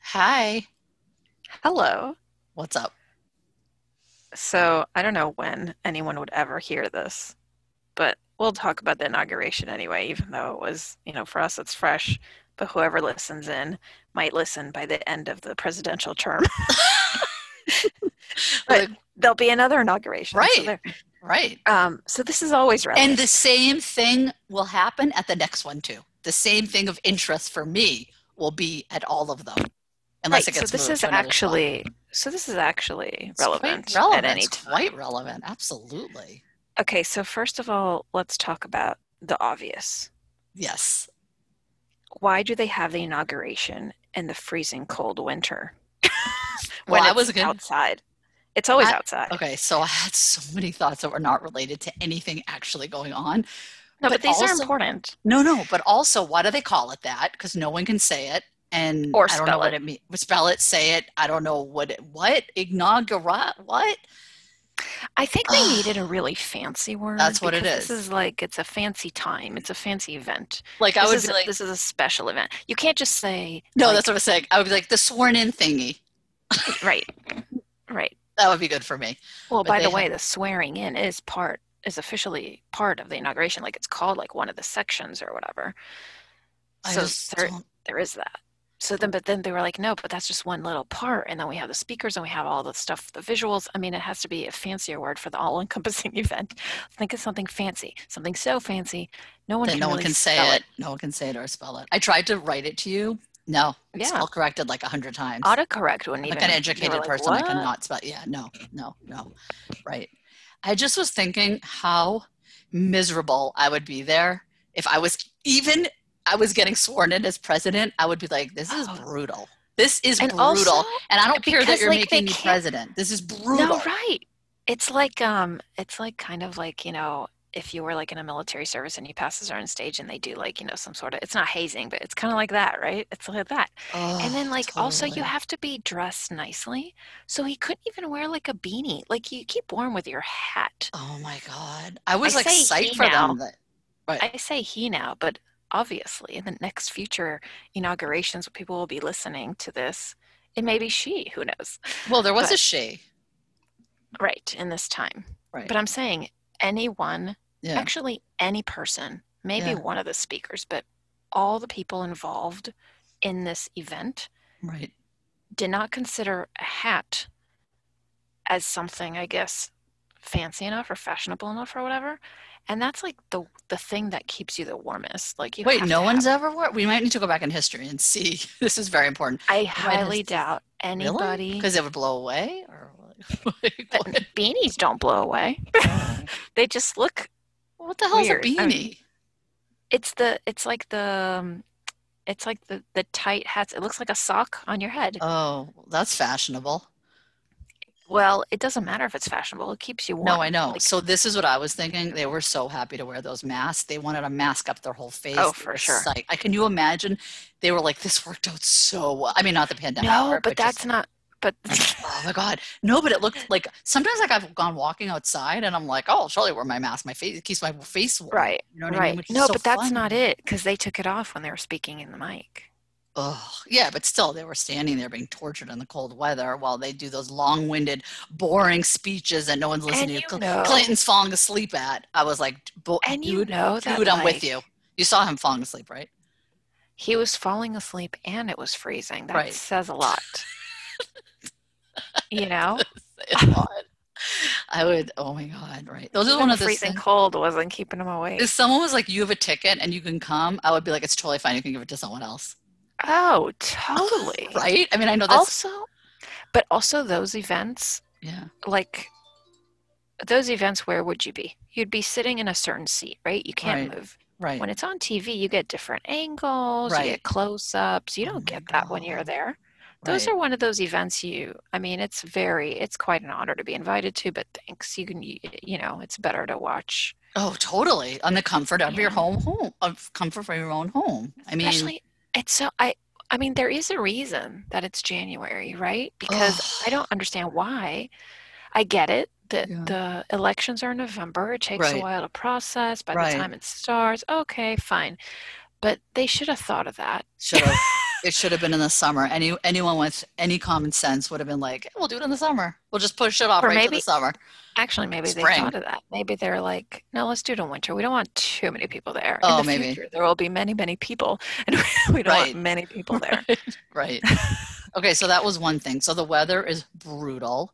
Hi. Hello. What's up? So I don't know when anyone would ever hear this, but we'll talk about the inauguration anyway, even though it was, you know, for us it's fresh. But whoever listens in might listen by the end of the presidential term. But- Like, There'll be another inauguration. so Right. there- right. um, so this is always relevant. And the same thing will happen at the next one too. The same thing of interest for me will be at all of them. Right, Unless it gets so this moved is to another spot. actually so this is actually It's quite relevant, relevant. at any It's time. quite relevant. Absolutely. Okay, so first of all, let's talk about the obvious. Yes. Why do they have the inauguration in the freezing cold winter? Well, I it's was gonna outside. It's always I- outside. Okay, so I had so many thoughts that were not related to anything actually going on. No, but, but these are also- important. No, no, but also why do they call it that? Because no one can say it, and Or I don't know spell what it means. Spell it, say it. I don't know what it, what inaugura what. I think they Ugh. needed a really fancy word. That's what it because This is. is like it's a fancy time. It's a fancy event. Like I this would is be like, this is a special event. You can't just say no, like, that's what I'm saying. I would be like the sworn in thingy. right, right. That would be good for me. Well, But by they the have- way, the swearing in is part is officially part of the inauguration. Like it's called like one of the sections or whatever. I so just there, don't- there is that. So then, but then they were like, no, but that's just one little part. And then we have the speakers and we have all the stuff, the visuals. I mean, it has to be a fancier word for the all encompassing event. Think of something fancy, something so fancy. No one that can no one really can say spell it. No one can say it or spell it. I tried to write it to you. No, Yeah. spell corrected like a hundred times. Autocorrect wouldn't like even. an you were educated like, person i "What?" cannot spell yeah no no no right i just was thinking how miserable i would be there if i was even i was getting sworn in as president i would be like this is Oh. brutal this is And brutal also, and i don't care that because, you're like, they making me can't- president this is brutal No, right. It's like um it's like kind of like, you know, if you were like in a military service and you pass a certain stage and they do like, you know, some sort of it's not hazing, but it's kind of like that, right? It's like that. Ugh, And then like also you Oh, totally. have to be dressed nicely. So he couldn't even wear like a beanie. Like you keep warm with your hat. oh my god i was I like say psyched he for now. them that, right I say he now, but obviously in the next future inaugurations people will be listening to this. It may be she, who knows. well there was a but- she Right, in this time. right But I'm saying anyone yeah actually any person, maybe Yeah. one of the speakers, but all the people involved in this event right did not consider a hat as something, I guess, fancy enough or fashionable enough or whatever. And that's like the the thing that keeps you the warmest. Like you wait have no to one's have- ever wore we might need to go back in history and see this is very important I has- highly doubt anybody Because it would blow away, or what? Like, but what? beanies don't blow away. they just look What the hell's Weird. a beanie? I mean, it's the it's like the um, it's like the the tight hats. It looks like a sock on your head. oh, that's fashionable. Well, it doesn't matter if it's fashionable. It keeps you warm. No, I know. Like, so this is what I was thinking. They were so happy to wear those masks. They wanted to mask up their whole face. Oh, They for were sure. psyched. I can you imagine? They were like, "This worked out so well." I mean, not the pandemic. no, part, but just- that's not. But Oh my God. No, but it looked like sometimes like I've gone walking outside and I'm like, oh, surely I wear my mask. My face it keeps my face warm. right, You know what I mean? right. Which is No, so but that's fun. not it because they took it off when they were speaking in the mic. Oh, yeah, but still, they were standing there being tortured in the cold weather while they do those long winded, boring speeches that no one's And listening you to. Cl- know, Clinton's falling asleep at. I was like, Bo- and dude, you know that dude, I'm with like, you. You saw him falling asleep, right? He was falling asleep and it was freezing. That Right. says a lot. you know, It's not. I would, oh my God, right. Those are Even one the of the freezing things. cold wasn't keeping him awake. If someone was like, you have a ticket and you can come, I would be like, it's totally fine. You can give it to someone else. Oh, totally. Right? I mean, I know that's, Also, but also those events yeah, like those events where would you be you'd be sitting in a certain seat right you can't Right. move right. when it's on tv you get different angles you Right. get close-ups you Oh don't my get that when you're God. there those right. are one of those events you i mean it's very it's quite an honor to be invited to but thanks you can you, you know it's better to watch Oh, totally. On the comfort of your Yeah. home, home of comfort from your own home. I mean, especially it's so i i mean there is a reason that it's january right because i don't understand why I get it that Yeah. the elections are in November. It takes a Right. while to process. By Right. the time it starts, okay, fine. But they should have thought of that. should have It should have been in the summer. Any anyone with any common sense would have been like, we'll do it in the summer. We'll just push it off Or right to maybe- the summer. Actually, maybe they Spring. thought of that. Maybe they're like, no, let's do it in winter. We don't want too many people there. Oh, in the maybe. future, there will be many, many people, and we don't Right. want many people there. Right. okay, so that was one thing. So the weather is brutal.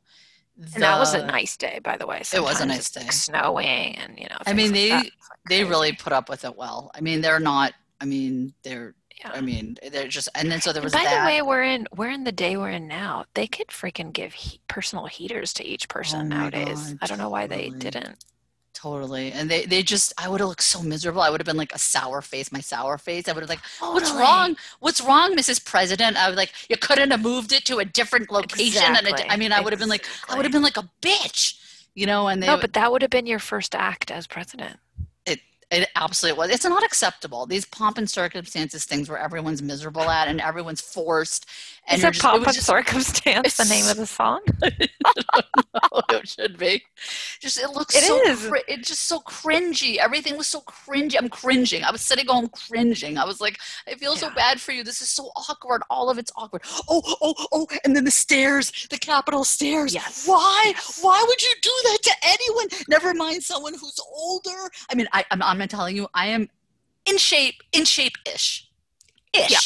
And that was a The- nice day, by the way. It was a Sometimes nice it's, like, day. snowing, and you know. I things mean, like they- that. It's, like, They really crazy. put up with it well. I mean, they're not. I mean, they're. Yeah. I mean, they're just. And then so there And was by that. the way, we're in we're in the day we're in now. They could freaking give he- personal heaters to each person Oh my nowadays. God, I don't know why they totally. didn't. Totally. And they, they just, I would have looked so miserable. I would have been like a sour face, my sour face. I would have like, what's Totally. Oh, wrong? What's wrong, Mrs. President? I would like, you couldn't have moved it to a different location. And a di- I Exactly. mean, I would have been like, I would have Exactly. been like a bitch, you know, and they, No, but that would have been your first act as president. it absolutely was. It's not acceptable. These pomp and circumstances things where everyone's miserable at and everyone's forced. And Is you're it just- pop was and just- circumstance the name of the song? it should be. Just it looks It so is. cri- it's just so cringy. Everything was so cringy. I'm cringing. I was sitting home cringing. I was like, I feel so Yeah. bad for you. This is so awkward. All of it's awkward. Oh, oh, oh, and then the stairs, the Capitol stairs. Yes. Why? Yes. Why would you do that to anyone? Never mind someone who's older. I mean, I, I'm, I'm telling you, I am in shape, in shape ish. Ish. Yeah.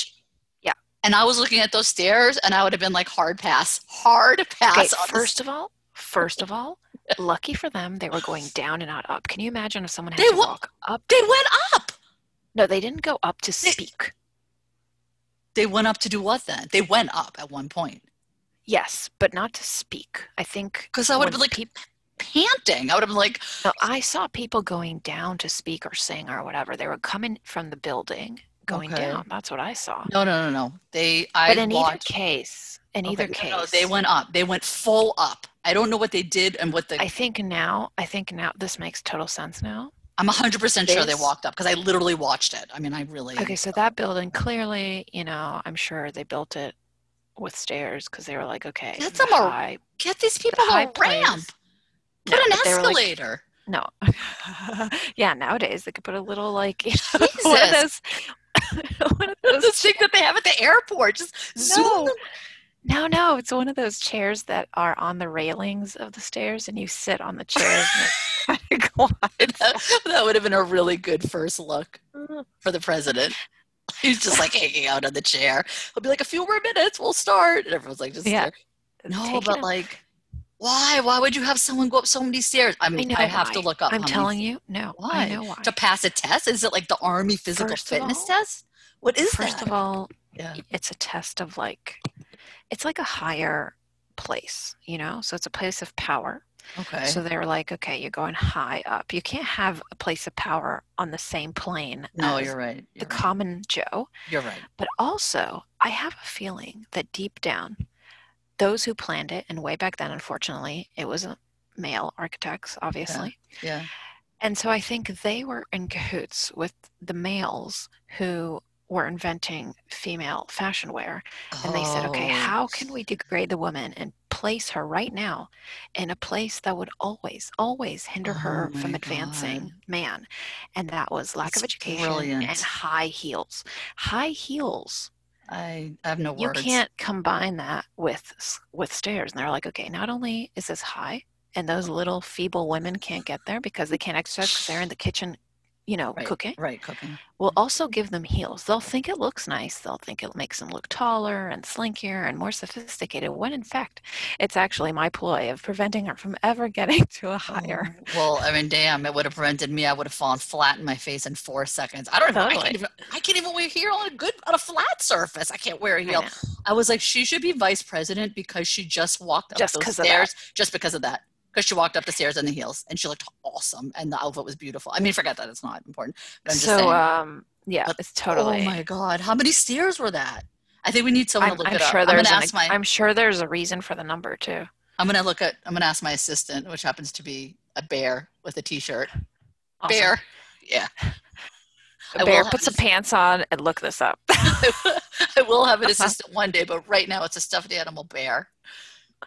Yeah. And I was looking at those stairs and I would have been like, hard pass, hard Okay, pass. on this first of all, first of all, lucky for them, they were going down and not up. Can you imagine if someone had They to wa- walk up? They went up. No, they didn't go up to They- speak. They went up to do what then? They went up at one point. Yes, but not to speak. I think Because I would have been when like peop- panting. I would have been like, No, I saw people going down to speak or sing or whatever. They were coming from the building, going Okay. down. That's what I saw. no, no, no, no. They, I But in either watched. case, in Okay, either no, case, no, they went up. They went full up. I don't know what they did and what the. I think now, I think now this makes total sense now. I'm 100% sure they This- walked up because I literally watched it. I mean, I really. Okay, so that building clearly, you know, I'm sure they built it with stairs because they were like, okay, That's the a mor- high- Get these the people high a place- ramp. No, Put an but they were like- escalator. No. yeah, nowadays they could put a little like you know, Jesus. one of those one of the those thing that they have at the airport. Just zoom. No. No, no, it's one of those chairs that are on the railings of the stairs and you sit on the chairs and it glides. That, that would have been a really good first look. for the president. He's just like hanging out on the chair. He'll be like, a few more minutes, we'll start. And everyone's like, just Yeah. there. no, Take it but up. like, why? Why would you have someone go up so many stairs? I mean, know I, have to why. look up. I'm telling you, no, Why? I know why. to pass a test. Is it like the army physical First of fitness all- test? What is First that? of all, yeah. it's a test of like it's like a higher place, you know? So it's a place of power. Okay. So they were like, okay, you're going high up. You can't have a place of power on the same plane no, as you're right. the You're, right. common Joe. You're right. But also, I have a feeling that deep down, those who planned it, and way back then, unfortunately, it was a male architects, obviously. Yeah. And so I think they were in cahoots with the males who were inventing female fashion wear. And they said, okay, Oh, how can we degrade the woman and place her right now in a place that would always, always hinder Oh her from my advancing God. man? And that was lack of That's education brilliant. and high heels. High heels, Oh, I, I have no you words. can't combine that with s- with stairs. And they're like, okay, not only is this high, and those little feeble women can't get there because they can't exercise because they're in the kitchen, you know, Right. cooking Right, cooking. will also give them heels. They'll think it looks nice. They'll think it makes them look taller and slinkier and more sophisticated, when in fact, it's actually my ploy of preventing her from ever getting to a higher. Oh, Well, I mean, damn, it would have prevented me. I would have fallen flat in my face in four seconds. I don't even, I, can't Totally. even I can't even wear a heel on a good on a flat surface. Oh, I can't wear a I heel. know. I, was like, she should be vice president because she just walked up Just those 'cause of stairs just because of that. Because she walked up the stairs in the heels and she looked awesome and the outfit was beautiful. I mean, forget that; it's not important. But I'm just So, saying. um, yeah, But- it's totally. Oh my god, how many stairs were that? I think we need someone I'm, to look I'm it sure up. I'm there's gonna an, ask my. I'm sure there's a reason for the number too. I'm gonna look at. I'm gonna ask my assistant, which happens to be a bear with a t-shirt. Awesome. Bear. Yeah. I will bear, have put some this- pants on and look this up. Uh-huh. I will have an assistant one day, but right now it's a stuffed animal bear.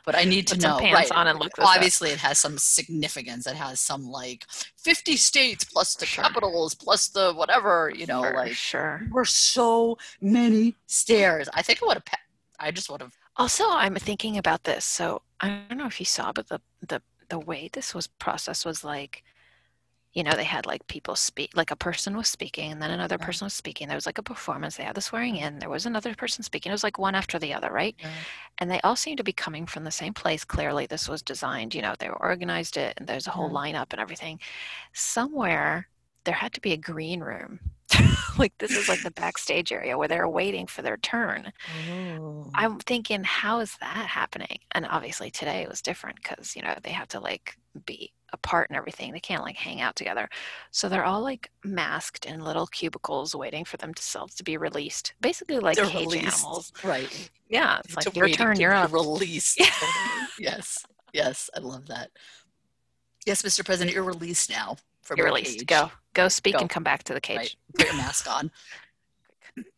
but I need to Put know. some pants right. on and look this up. Obviously, it has some significance. It has some like 50 states plus the Sure. capitals plus the whatever, you know, For like sure. there were so many stairs. I think I would have, I just would have, Also, I'm thinking about this. So I don't know if you saw, but the the the way this was processed was like, you know, they had like people speak, like a person was speaking, and then another Right. person was speaking. There was like a performance. They had the swearing in. There was another person speaking. It was like one after the other, right? And they all seemed to be coming from the same place. Clearly, this was designed. You know, they organized it, and there's a whole lineup and everything. Somewhere there had to be a green room. like this is like the backstage area where they're waiting for their turn. I'm thinking, how is that happening? And obviously today it was different because, you know, they have to like be apart and everything. They can't like hang out together. So they're all like masked in little cubicles waiting for themselves to be released. Basically like They're cage released. animals. Right. Yeah. It's To like your wait turn, to you're be up. Released. Yeah. yes. Yes. I love that. Yes, Mr. President, you're released now. From You're your released. cage. Go. Go speak Go. and come back to the cage. Right. Put your mask on.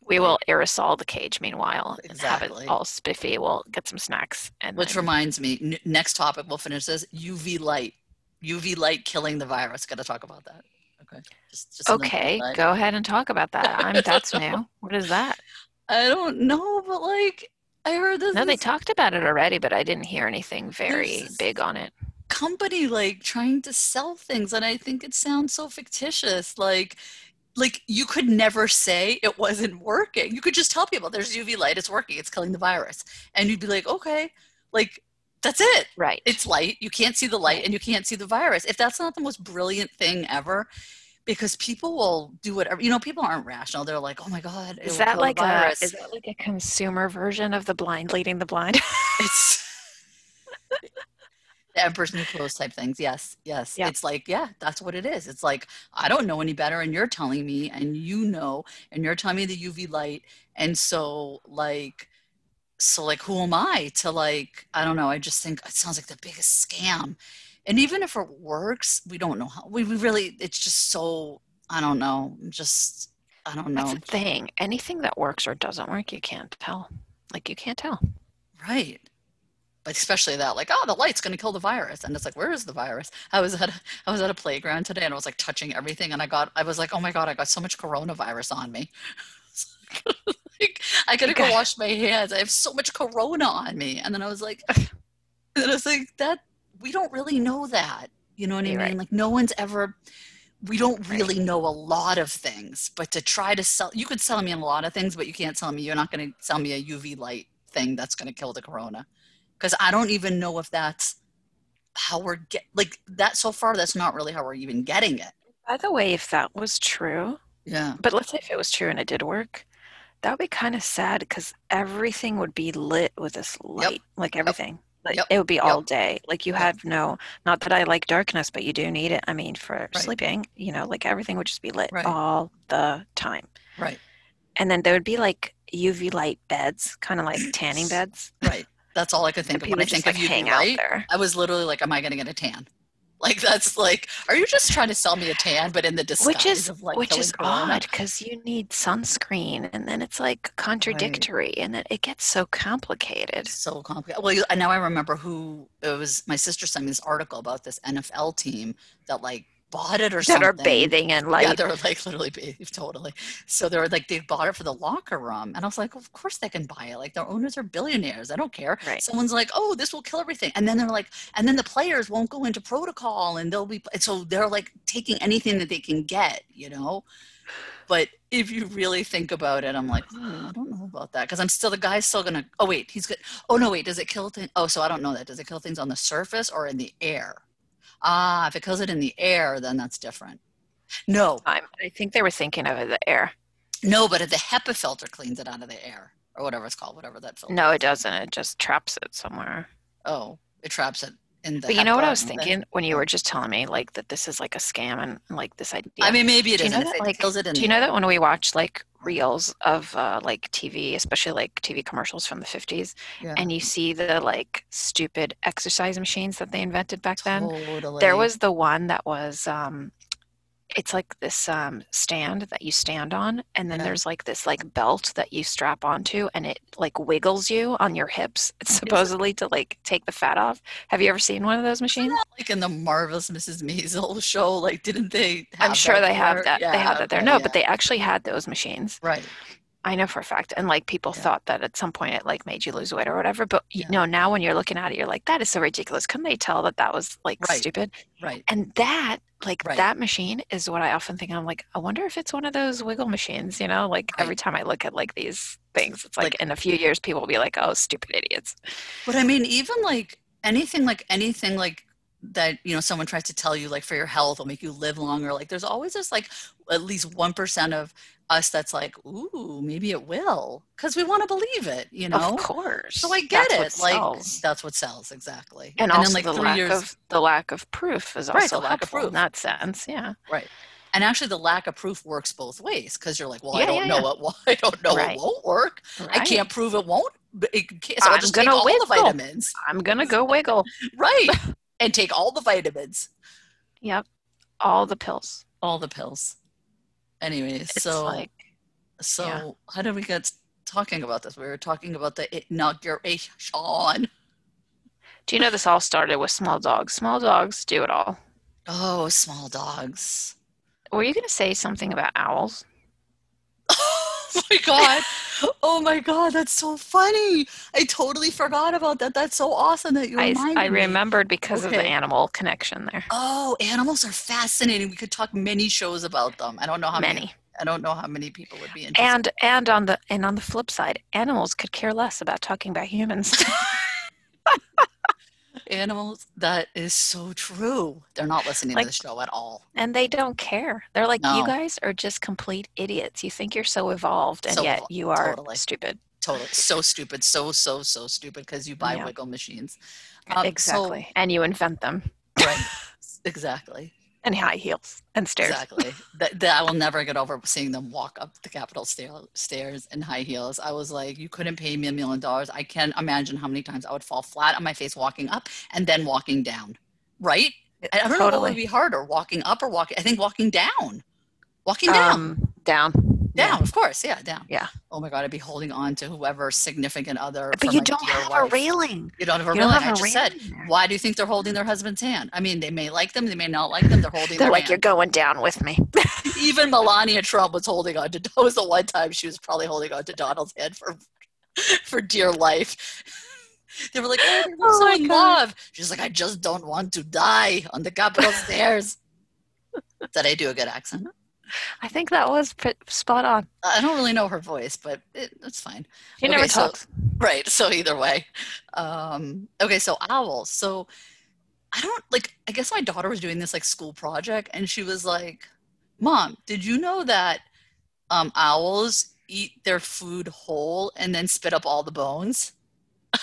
We will aerosol the cage meanwhile and have Exactly. it all spiffy. We'll get some snacks and Which then- reminds me, n- next topic, we'll finish this UV light. UV light killing the virus. Got to talk about that. Okay. Just, just another Okay, light. go ahead and talk about that. I'm that's new. What is that? I don't know, but like, I heard this. No, they is- talked about it already, but I didn't hear anything very There's- big on it. company like trying to sell things and i think it sounds so fictitious like like you could never say it wasn't working you could just tell people there's uv light it's working it's killing the virus and you'd be like okay like that's it Right. it's light you can't see the light and you can't see the virus if that's not the most brilliant thing ever because people will do whatever you know people aren't rational they're like oh my god it is will that kill the like a virus. is that like a consumer version of the blind leading the blind? It's the Emperor's New Clothes type things. Yes, yes. Yeah. It's like, yeah, that's what it is. It's like, I don't know any better, and you're telling me, and you know, and you're telling me the UV light. And so, like, so, like, who am I to, like, I don't know. I just think it sounds like the biggest scam. And even if it works, we don't know how. We, we really, it's just so, I don't know. Just, I don't know. That's the thing. Anything that works or doesn't work, you can't tell. Like you can't tell. Right. But especially that, like, oh, the light's going to kill the virus, and it's like, where is the virus? I was at a, I was at a playground today, and I was like touching everything, and I got, I was like, oh my god, I got so much coronavirus on me. like, I gotta go Okay. wash my hands. I have so much corona on me, and then I was like, and then I was like, that we don't really know that. You know what I You're mean? right. Like, no one's ever. We don't Right. really know a lot of things, but to try to sell, you could sell me a lot of things, but you can't sell me. You're not going to sell me a UV light thing that's going to kill the corona because I don't even know if that's how we're get like that so far. That's not really how we're even getting it. By the way, if that was true, Yeah, but let's say if it was true and it did work, that would be kind of sad because everything would be lit with this light, like everything. Like, Yep. It would be Yep. all day. Like you Yep. have no, not that I like darkness, but you do need it. I mean, for Right. sleeping, you know, like everything would just be lit Right. all the time. right, And then there would be like UV light beds, kind of like tanning beds. right. That's all I could And think of people when I just think like of you. hang out Right? there. I was literally like, "Am I going to get a tan?" Like that's like, are you just trying to sell me a tan, but in the disguise Which is of like which killing is corona? odd because you need sunscreen, and then it's like contradictory, and then it gets so complicated. so complicated. Well, you- and now I remember who it was. My sister sent me this article about this NFL team that like bought it or that something. are bathing in light. Yeah, they were like literally bathed, totally. So they were like they bought it for the locker room, and I was like, of course they can buy it. Like their owners are billionaires. I don't care. Right. Someone's like, oh, this will kill everything, and then they're like, and then the players won't go into protocol, and they'll be and so they're like taking anything that they can get, you know. But if you really think about it, I'm like, hmm, I don't know about that because I'm still the guy's still gonna. Oh wait, he's good. Oh no, wait, does it kill things? Oh, so I don't know that. Does it kill things on the surface or in the air? Ah, if it kills it in the air, then that's different. No, I'm, I think they were thinking of the air. no, but the HEPA filter cleans it out of the air or whatever it's called, whatever that filter. No, it doesn't. It just traps it somewhere. Oh, it traps it in the. but you know what HEPA I was and the- thinking when you were just telling me like that this is like a scam and like this idea. I mean, maybe it Do you know isn't. that, If it like- kills it in do you the know air. that when we watch like reels of uh, like TV, especially like TV commercials from the 50s, Yeah. and you see the like stupid exercise machines that um, they invented back then? Totally. There was the one that was um, it's like this um, stand that you stand on and then Yeah. there's like this like belt that you strap onto and it like wiggles you on your hips it's supposedly to like take the fat off have you ever seen one of those machines like in the marvelous Mrs. Maisel show, like didn't they? i'm have sure that they have there? that they Yeah, have that there okay, no yeah. but they actually had those machines right. I know for a fact. And like people Yeah. thought that at some point it like made you lose weight or whatever. But you Yeah. know, now when you're looking at it, you're like, that is so ridiculous. Couldn't they tell that that was like Right. stupid? Right. And that, like Right. that machine is what I often think. I'm like, I wonder if it's one of those wiggle machines, you know, like Right. every time I look at like these things, it's like, Like- in a few years, people will be like, oh, stupid idiots. But I mean, even like anything, like anything, like that, you know, someone tries to tell you, like for your health, will make you live longer. Like there's always this, like at least 1% of us that's like, ooh, maybe it will. Cause we want to believe it, you know? Of course. So I get That's it. what Like sells. that's what sells. Exactly. And, also like the lack of the lack of proof is Right, also the lack of helpful in proof. that sense. Yeah. and actually the lack of proof works both ways. Cause you're like, well, Yeah, I don't yeah, know yeah. it. will- I don't know Right. it won't work. I Right. can't prove it won't. But it can't, so I'll I'm just gonna take all the wiggle. vitamins, I'm gonna go wiggle. right? and take all the vitamins, Yep. All the pills. all the pills. Anyway, It's so like so yeah. how did we get talking about this? We were talking about the inauguration. do you know this all started with small dogs? Small dogs do it all. Oh, small dogs. Were you gonna say something about owls? Oh my god. Oh my god, that's so funny. I totally forgot about that. That's so awesome that you I, reminded I me. remembered because of the Okay. animal connection there. Oh, animals are fascinating. We could talk many shows about them. I don't know how Many. I don't know how many people would be interested. And and on the and on the flip side, animals could care less about talking about humans. animals that is so true they're not listening Like- to the show at all and they don't care. They're like, you No. guys are just complete idiots. You think you're so evolved and So yet evolved, you are totally. stupid. totally so stupid so so so stupid because you buy Yeah. wiggle machines Um, so- exactly. and you invent them. right exactly And high heels and stairs. exactly that, that i will never get over seeing them walk up the capitol stair- stairs in high heels i was like you couldn't pay me a million dollars i can't imagine how many times i would fall flat on my face walking up and then walking down right i I don't know what Totally. would be harder walking up or walking i think walking down walking down Um, down. Yeah. Down, of course, yeah, down. Yeah. Oh my god, I'd be holding on to whoever significant other. But from you my don't dear have a wife. railing. You don't have a You railing. don't have I a just said. railing there. Why do you think they're holding their husband's hand? I mean, they may like them, they may not like them. They're holding. They're their like, you're hand. going down with me. even Melania Trump was holding on to. That was the one time she was probably holding on to Donald's hand for, for dear life. They were like, "Oh, they were Oh so my in God. love." She's like, "I just don't want to die on the Capitol stairs." Did I do a good accent? I think that was pr- spot on. I don't really know her voice, but it, it's fine. She Okay, never so- talks. Right. So either way. Um, okay. So owls. So I don't like, I guess my daughter was doing this like school project and she was like, Mom, did you know that um, owls eat their food whole and then spit up all the bones?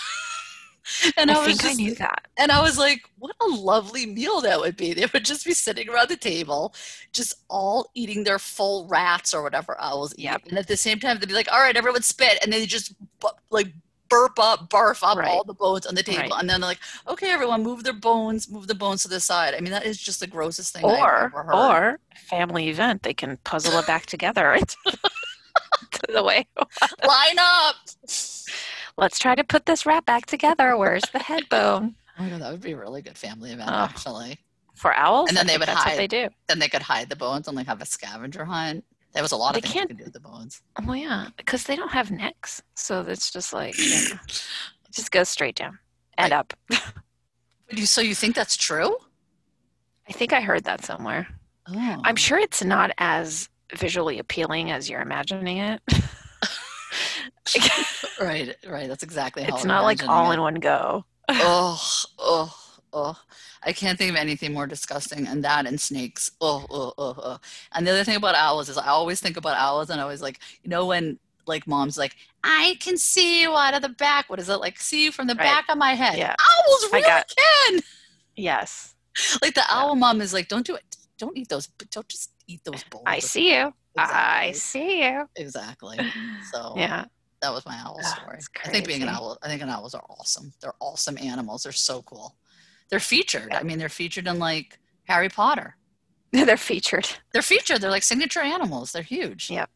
and I, I was think I just, knew that. and I was like, what a lovely meal that would be. They would just be sitting around the table, just all eating their full rats or whatever owls eat. Yep. And at the same time, they'd be like, all right, everyone spit. And they just bu- like burp up, barf up Right. all the bones on the table. Right. And then they're like, okay, everyone, move their bones, move the bones to the side. I mean, that is just the grossest thing I've Or ever heard. or family event, they can puzzle it back together. It's the way. Line up. Let's try to put this wrap back together. Where's the head bone Oh my God, that would be a really good family event, Oh. actually. for owls? And then I they think would that's hide. what they do. Then they could hide the bones and like have a scavenger hunt. There was a lot of They things you can't- could do with the bones. Well, yeah, because they don't have necks, so it's just like you know, it just goes straight down and up. But you, so you think that's true? I think I heard that somewhere. Oh. I'm sure it's not as visually appealing as you're imagining it. Right, right. That's exactly how it's I'm not like imagining all it. in one go. Oh, oh, oh. I can't think of anything more disgusting than that and snakes. Oh, oh, oh, oh. And the other thing about owls is I always think about owls and I always like, you know, when like mom's like, I can see you out of the back. What is it like? See you from the Right. back of my head. Yeah. Owls I really got- can. Yes, Like the owl mom is like, don't do it. Don't eat those. Don't just eat those bones. I see you. I Exactly. see you. Exactly. So Yeah, that was my owl Ah, story. that's I think being an crazy. owl, I think an owls are awesome. They're awesome animals. They're so cool. They're featured. Yeah. I mean, they're featured in like Harry Potter. They're featured. They're featured. They're like signature animals. They're huge. Yep.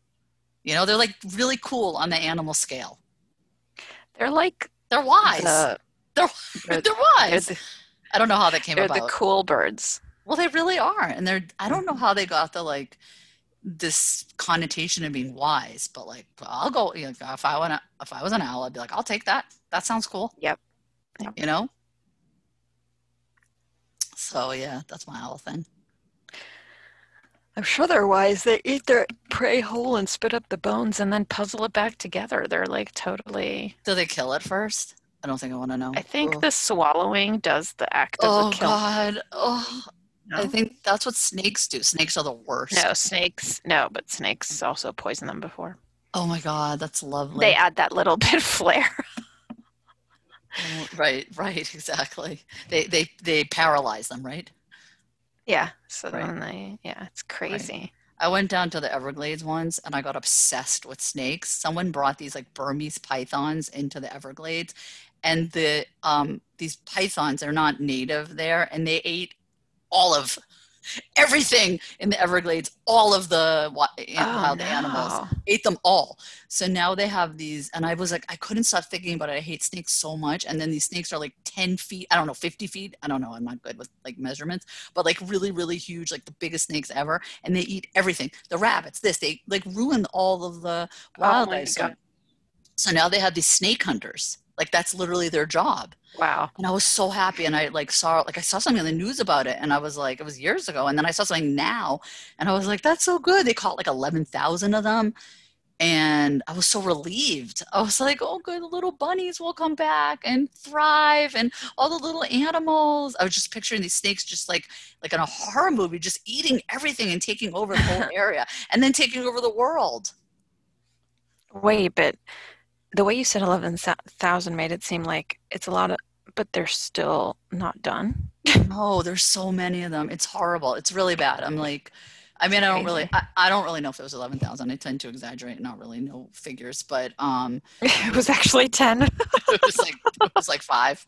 You know, they're like really cool on the animal scale. They're like They're wise. the they're, they're- they're they're wise. the, I don't know how that came they're about. the cool birds. Well, they really are, and they're. I don't Mm-hmm. know how they got the like this connotation of being wise, but like I'll go. You know, if I want, if I was an owl, I'd be like, I'll take that. That sounds cool. Yep. Yep. You know. So yeah, that's my owl thing. I'm sure they're wise. They eat their prey whole and spit up the bones and then puzzle it back together. They're like totally. Do they kill it first? I don't think I want to know. I think Ugh. the swallowing does the act of Oh the kill. God! Oh, I No? think that's what snakes do. Snakes are the worst. No, snakes. No, but snakes also poison them before. Oh my God, that's lovely. They add that little bit of flair. Oh, right, right, exactly. They they they paralyze them, right? Yeah. So Right. then they, yeah, it's crazy. I went down to the Everglades once and I got obsessed with snakes. Someone brought these like Burmese pythons into the Everglades and the um these pythons are not native there and they ate all of everything in the Everglades, all of the wa- an- Oh, wild animals. no. Ate them all. So now they have these and I was like I couldn't stop thinking about it. I hate snakes so much. And then these snakes are like 10 feet, I don't know, 50 feet. I don't know. I'm not good with like measurements, but like really, really huge, like the biggest snakes ever and they eat everything. The rabbits, this, they like ruin all of the Oh my wildlife. so, God. so now they have these snake hunters. Like that's literally their job. Wow. And I was so happy. And I like saw like I saw something on the news about it, and I was like, it was years ago. And then I saw something now, and I was like, that's so good. They caught like eleven thousand of them. And I was so relieved. I was like, oh, good little bunnies will come back and thrive and all the little animals. I was just picturing these snakes just like like in a horror movie, just eating everything and taking over the whole area and then taking over the world. Um, Wait, but the way you said 11,000 made it seem like it's a lot of, but they're still not done. No, there's so many of them. It's horrible. It's really bad. I'm like, I mean, I don't really, Crazy. I, I don't really know if it was 11,000. I tend to exaggerate and not really know figures, but um, It was actually 10. it was like, it was like five,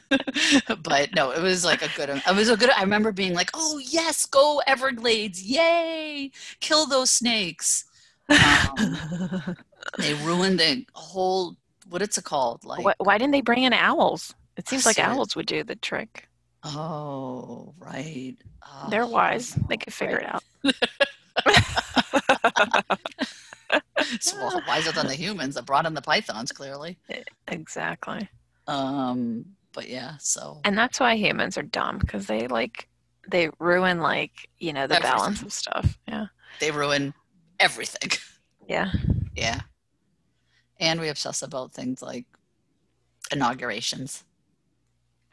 but no, it was like a good, it was a good, I remember being like, oh yes, go Everglades. Yay. Kill those snakes. Um, they ruined the whole, what it's called? Like, why, why didn't they bring in owls? It seems like Seriously. owls would do the trick. oh, right. Oh, They're wise. They could figure it out. It's well, wiser than the humans that brought in the pythons, clearly. Exactly. Um, but yeah, so And that's why humans are dumb because they like they ruin like, you know, the Everything. balance of stuff. Yeah. they ruin everything. Yeah. yeah. And we obsess about things like inaugurations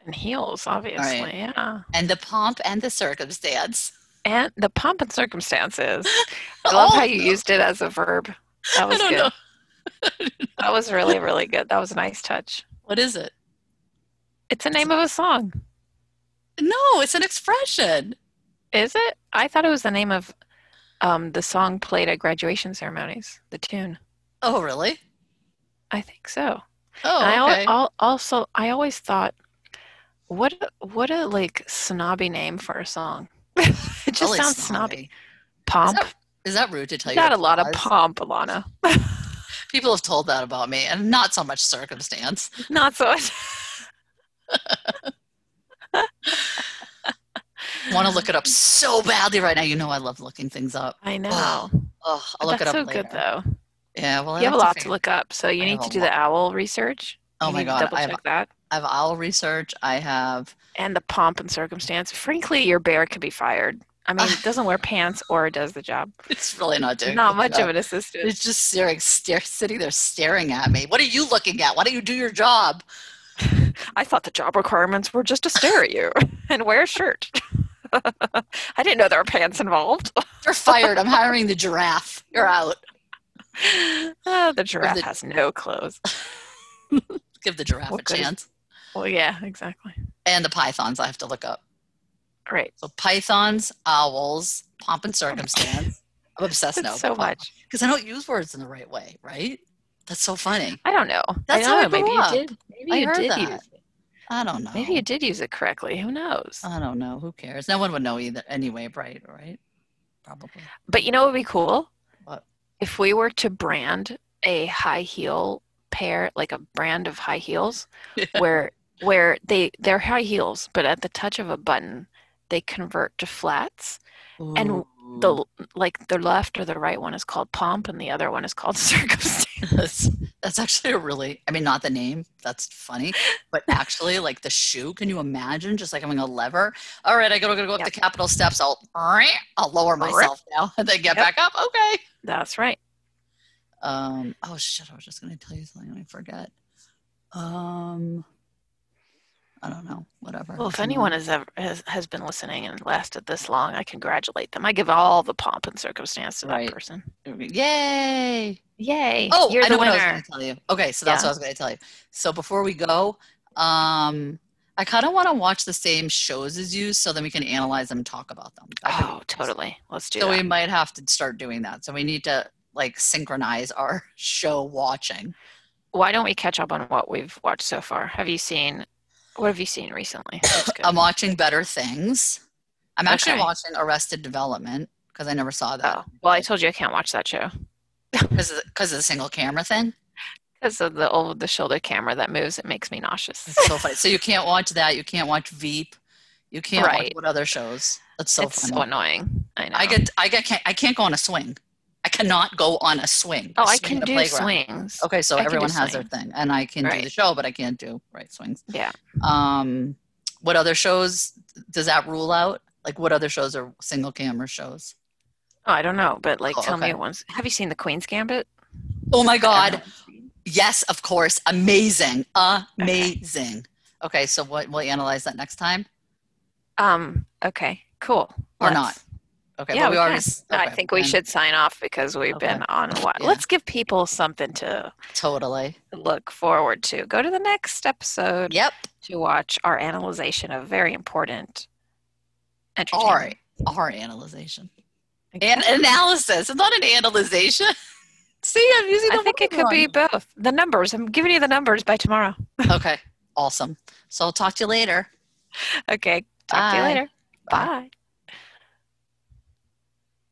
And heels, obviously. Yeah. and the pomp and the circumstance. And the pomp and circumstances. I love All how of you them. used it as a verb. That was I don't good. know. That was really, really good. That was a nice touch. What is it? It's the name of a song. No, it's an expression. Is it? I thought it was the name of um, the song played at graduation ceremonies, the tune. Oh, really? I think so. Oh, And I al- okay. al- also I always thought what a, what a like snobby name for a song. it just Really sounds snobby. Pomp. Is that- Is that rude to tell You you? got a lot what of it was? pomp, Alana. People have told that about me, and not so much circumstance. Not so. Want to look it up so badly right now. You know I love looking things up. I know. Oh, I'll look That's it so up later. good though. Yeah, well, I you have a to lot to figure- look up, so you I need have to a do the owl research. Oh You my need to god, double I have check that. I have owl research. I have And the pomp and circumstance. Frankly, your bear could be fired. I mean, it doesn't wear pants or does the job. it's really not doing Not good much of job. an assistant. It's just staring, stare, sitting there staring at me. What are you looking at? Why don't you do your job? I thought the job requirements were just to stare at you and wear a shirt. I didn't know there were pants involved. You're fired. I'm hiring the giraffe. You're out. Ah, the giraffe the- has no clothes. Give the giraffe What a good is- chance. Well, yeah, exactly. And the pythons, I have to look up. Great. So pythons, owls, pomp and circumstance. I'm obsessed now. That's so much. because I don't use words in the right way, right? That's so funny. I don't know. That's I how I know. Maybe grew you up. did. Maybe I you heard did that. Oh. use it. I don't know. Maybe you did use it correctly. Who knows? I don't know. Who cares? No one would know either anyway, right? Right? Probably. But you know what would be cool? What? If we were to brand a high heel pair, like a brand of high heels, Yeah. where where they they're high heels, but at the touch of a button, they convert to flats. And Ooh. The like the left or the right one is called pomp, and the other one is called circumstance. that's, that's actually a really i mean not the name that's funny but actually like the shoe can you imagine just like having a lever all right i gotta, gotta go up Yep. the capitol steps i'll i'll lower myself now and then Yep. get back up okay That's right. um oh shit i was just gonna tell you something and i forget um i don't know whatever Well, if It's annoying. anyone has ever has, has been listening and lasted this long, I congratulate them. I give all the pomp and circumstance to Right. that person. yay Yay! Oh, you're I know the what I was winner. going to tell you. Okay, so that's Yeah. what I was going to tell you. So before we go, um, I kind of want to watch the same shows as you, so then we can analyze them, and talk about them. That could be Oh, totally. Let's do So that. we might have to start doing that. So we need to like synchronize our show watching. Why don't we catch up on what we've watched so far? Have you seen? What have you seen recently? That's good. I'm watching Better Things. I'm actually Okay. watching Arrested Development because I never saw that oh, well, I told you I can't watch that show because of, the- 'cause of the single camera thing. because of the over the shoulder camera that moves. It makes me nauseous. It's so funny. So you can't watch that. You can't watch Veep. You can't watch Right. what other shows. That's so it's funny. so annoying. I know. I get, I get, can't, I can't go on a swing. I cannot go on a swing. Oh, A I swing can at a do playground. Oh. swings. Okay, so I can do everyone has their thing, and I can do the Right. show, but I can't do right swings. Yeah. Um, what other shows does that rule out? Like, what other shows are single camera shows? Oh, I don't know, but like, Oh, tell okay. me once. Have you seen the Queen's Gambit? Oh my I God! don't know. Yes, of course. Amazing, amazing. Okay, so what? We'll analyze that next time, Um. Okay. Cool. or Let's- not? Okay, yeah, but we we already. can. s- I okay, think we then should sign off because we've Okay. been on a while. Yeah. Let's give people something to totally. look forward to. Go to the next episode Yep. to watch our analyzation of very important entertainment. Our our analyzation. Okay. An analysis. It's not an analyzation. See, I'm using the I think it could wrong be one. both. The numbers. I'm giving you the numbers by tomorrow. Okay. Awesome. So I'll talk to you later. Okay. Talk to you Bye. later. Bye. Bye.